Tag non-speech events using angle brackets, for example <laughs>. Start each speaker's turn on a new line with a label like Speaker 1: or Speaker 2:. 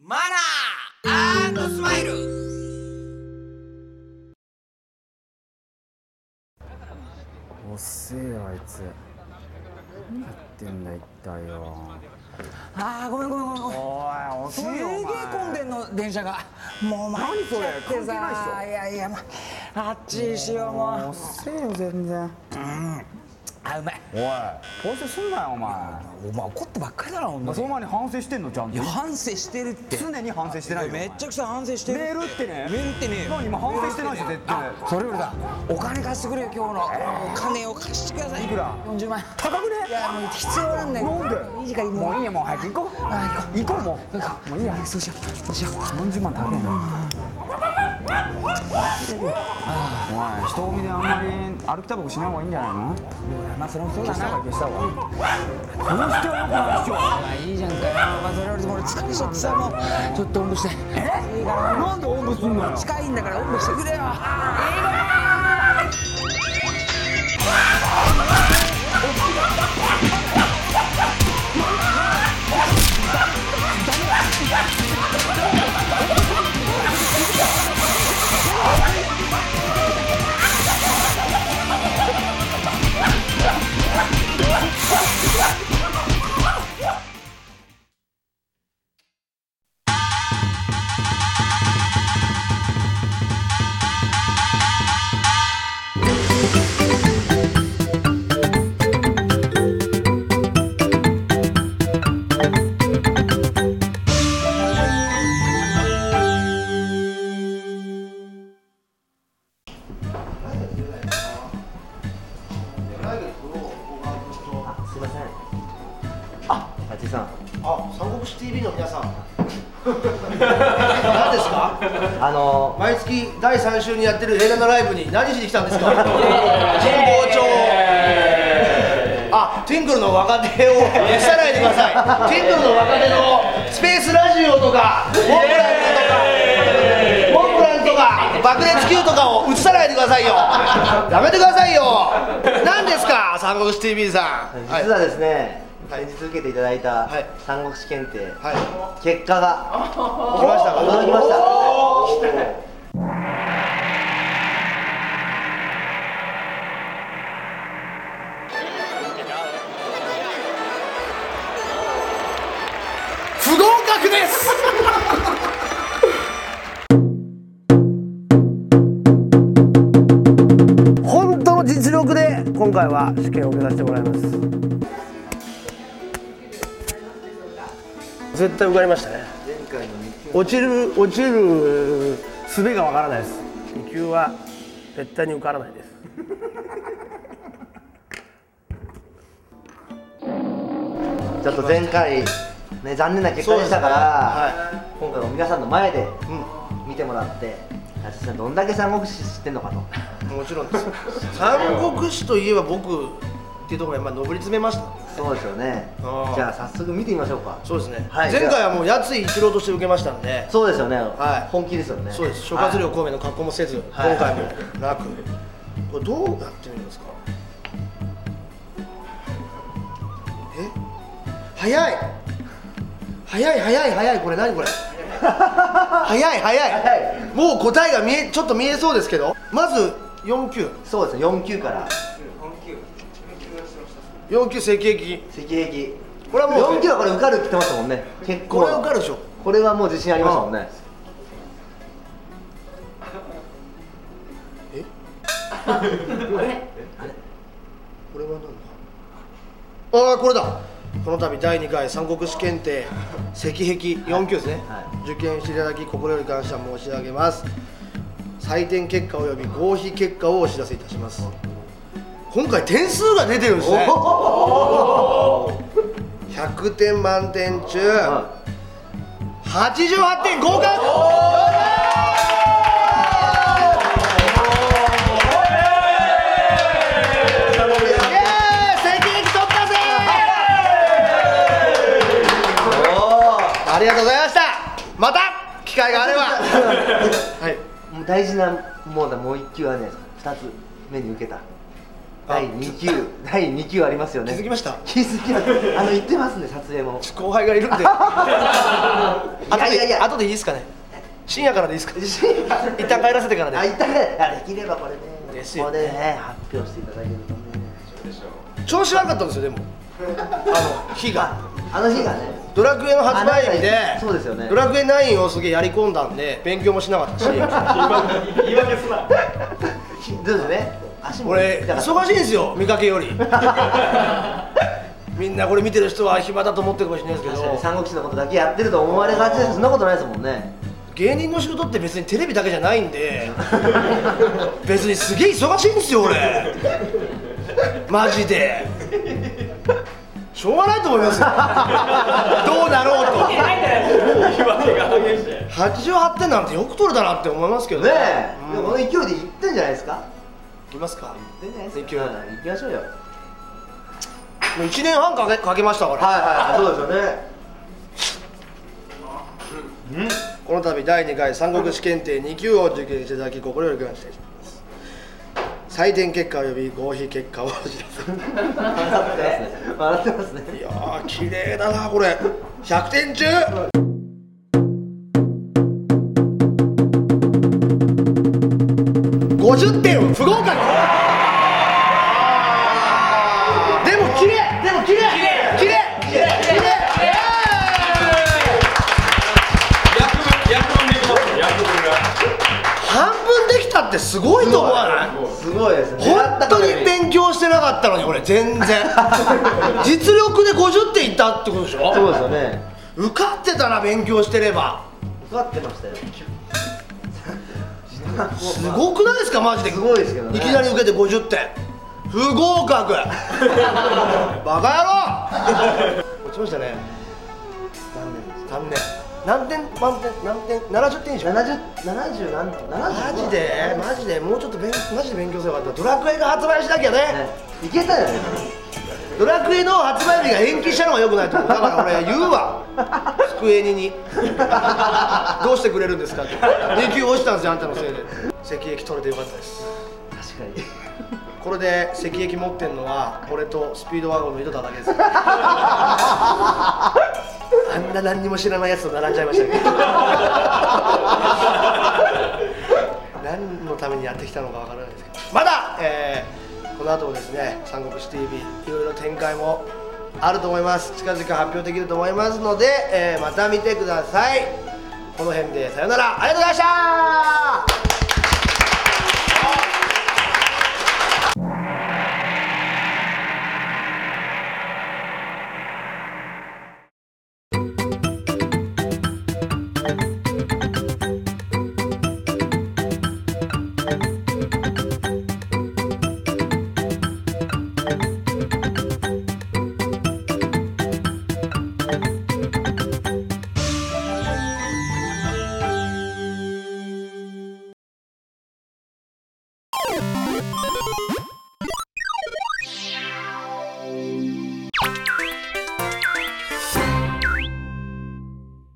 Speaker 1: マナーアンドスマイル
Speaker 2: 遅えよあいつ何やってんだ一体よ
Speaker 1: あーごめんごめんごめんごめん
Speaker 2: おい
Speaker 1: す
Speaker 2: 遅
Speaker 1: げえ混んでんの電車がもう参っち
Speaker 2: 何
Speaker 1: ゃって
Speaker 2: それ関係
Speaker 1: さ
Speaker 2: ない
Speaker 1: やいや、まあ、あっちにしようもう
Speaker 2: 遅えよ全然
Speaker 1: あうまい
Speaker 2: おい反省すんなよお前
Speaker 1: お前怒ってばっかりだなほんとに
Speaker 2: そんなに反省してんのちゃん
Speaker 1: い
Speaker 2: と
Speaker 1: や反省してるって
Speaker 2: 常に反省してないよお前
Speaker 1: めっちゃくちゃ反省してる
Speaker 2: メールってね
Speaker 1: メールってねえよ
Speaker 2: 何今反省してないし絶対
Speaker 1: あそれよりだお金貸してくれよ今日のお金を貸してくださいい
Speaker 2: くら
Speaker 1: 40万円
Speaker 2: 高くね
Speaker 1: いやもう必要なんだよ
Speaker 2: なんで
Speaker 1: いい時間にもう
Speaker 2: もういいやもう早く行こう
Speaker 1: あ
Speaker 2: 行こうも
Speaker 1: なんかもういいやそうしようそうしよう
Speaker 2: う40万高いなおい人混みであんまり歩きタバコしない方がいいんじゃないの
Speaker 1: まあそれもそう
Speaker 2: 消
Speaker 1: だ
Speaker 2: した
Speaker 1: な
Speaker 2: 方がいい消した方がいいこの人は良くないっしょ
Speaker 1: まあいいじゃんかよまあそれよりも俺疲れちゃってさもうちょっとおんぶしていいから
Speaker 2: なんでおんぶすんのよ
Speaker 1: 近いんだからおんぶしてくれよ
Speaker 3: すいませんあっ八さん
Speaker 4: あ、三国志 TV の皆 <laughs> さん。何ですか。
Speaker 3: あの
Speaker 4: 毎月第三週にやってるレナのライブに何しに来たんです <laughs> か。神保町。あ、ティンクルの若手を <laughs> 消さないでください。ティンクルの若手のスペースラジオとか、モンブランとか、モンブランとか、爆裂 Q とかを映さないでくださいよ。 <laughs> やめてくださいよ。何ですか、三国志 TV さん。
Speaker 3: 実はですね、
Speaker 4: はい
Speaker 3: 先日受けていただいた
Speaker 4: はい
Speaker 3: 三国志検定、
Speaker 4: はい。
Speaker 3: 結果が
Speaker 4: 来ましたか。
Speaker 3: 届きました
Speaker 4: 不合格です本当の実力で今回は試験を受けさせてもらいます絶対受かりましたね落ちる落ちる術がわからないです2級は絶対に受からないです
Speaker 3: ちょっと前回ね残念な結果でしたから、今回も皆さんの前で見てもらって、八さんどんだけ三国志知ってんのかと
Speaker 4: もちろんです三国志といえば僕っていうところにまあ上り詰めました
Speaker 3: そうですよね
Speaker 4: あー
Speaker 3: じゃあ早速見てみましょうか
Speaker 4: そうですね、
Speaker 3: はい
Speaker 4: 前回はもうやつい一郎として受けましたんで
Speaker 3: そうですよね、
Speaker 4: はい
Speaker 3: 本気ですよね
Speaker 4: そうです諸葛亮
Speaker 3: はい
Speaker 4: 孔明の格好もせず、
Speaker 3: はい
Speaker 4: 今回もなくこれどうやってみますかえ早い早い早い早いこれ何
Speaker 3: <laughs>
Speaker 4: これ早い早い
Speaker 3: 早
Speaker 4: もう答えが見えちょっと見えそうですけどまず4級
Speaker 3: そうですね4級から
Speaker 4: 4級赤壁
Speaker 3: 赤壁
Speaker 4: これはもう
Speaker 3: 4級はこれ受かるって言ってましたもんね結構
Speaker 4: これ受かるでしょ
Speaker 3: これはもう自信ありましたもんね
Speaker 4: えこれは何だああこれだこの度第2回三国志検定赤壁4級ですね、
Speaker 3: は
Speaker 4: 受験していただき心より感謝申し上げます採点結果および合否結果をお知らせいたします今回点数が出てるんですね100点満点中
Speaker 3: は
Speaker 4: 88点合格イエーイ赤壁突破ぜありがとうございましたまた機会があればはい
Speaker 3: いもう大事なもうだもう1級はね2つ目に受けた第2級第2級ありますよね
Speaker 4: 気づきました
Speaker 3: 気づきましたあの行ってますね撮影も
Speaker 4: 後輩がいるんで
Speaker 3: <laughs> いやいやいや
Speaker 4: 後で後でいいですかね深夜からでいいですか
Speaker 3: 一
Speaker 4: 一旦帰らせてからで
Speaker 3: あ一旦ねあできればこれね
Speaker 4: ですよ
Speaker 3: ここでね発表していただけるとね
Speaker 4: 調子悪かったんですよでもあの日が
Speaker 3: あの日がね
Speaker 4: ドラクエの発売日で
Speaker 3: あなんかそうですよね
Speaker 4: ドラクエ9をすげえやり込んだんで勉強もしなかったし
Speaker 3: <laughs> どうですね足も
Speaker 4: 俺
Speaker 3: 痛かった
Speaker 4: 忙しいんですよ見かけよりみんなこれ見てる人は暇だと思ってるかもしれないですけ
Speaker 3: 確かに
Speaker 4: ど
Speaker 3: <laughs> 三国志のことだけやってると思われがちですそんなことないですもんね
Speaker 4: 芸人の仕事って別にテレビだけじゃないんで別にすげえ忙しいんですよ俺マジでしょうがないと思いますよどうなろうと88点なんてよく取れたなって思いますけど
Speaker 3: ね
Speaker 4: ね
Speaker 3: え、
Speaker 4: うん
Speaker 3: でもこの勢いで行ってんじゃないですか
Speaker 4: いきますかも
Speaker 3: 行ってんじゃないです
Speaker 4: 勢い
Speaker 3: か
Speaker 4: で
Speaker 3: 行きましょうよはいう
Speaker 4: 1年半かけかけましたから、
Speaker 3: はいはいそうですよね
Speaker 4: この度第2回三国志検定2級を受験していただき心より感謝いたします採点結果及び合否結果をお知らせ
Speaker 3: 笑ってますね笑ってますね
Speaker 4: いやー綺麗だなこれ100点中50点不合格でも綺麗でも綺麗綺麗綺麗綺麗半分できたってすごいと思わない
Speaker 3: すごいですね
Speaker 4: 本当に勉強してなかったのに俺全然
Speaker 3: <laughs>
Speaker 4: 実力で50点いったってことでしょ
Speaker 3: そうですよね
Speaker 4: 受かってたら勉強してれば
Speaker 3: 受かってましたよ
Speaker 4: すごくないですかマジです
Speaker 3: ごいですけどね
Speaker 4: いきなり受けて50点不合
Speaker 3: <laughs>
Speaker 4: 格バカ野郎落ちましたね残念です残念何点満点何点70点以上
Speaker 3: 70 70何
Speaker 4: マ
Speaker 3: 70
Speaker 4: ジでマジでもうちょっと勉マジで勉強すればよかったドラクエが発売しなきゃね
Speaker 3: ねいけたよね
Speaker 4: ドラクエの発売日が延期したのが良くないと思うだから俺言うわ机ににどうしてくれるんですかって2級落ちたんですよあんたのせいで <laughs> 石液取れてよかったです
Speaker 3: 確かに
Speaker 4: これで石液持ってんのは俺とスピードワゴンの井戸田だけですあんな何にも知らないやつと並んじゃいましたけど何のためにやってきたのかわからないですけどまだ、えーこの後もですね「三国志 TV」いろいろ展開もあると思います近々発表できると思いますので、えーまた見てくださいこの辺でさよならありがとうございました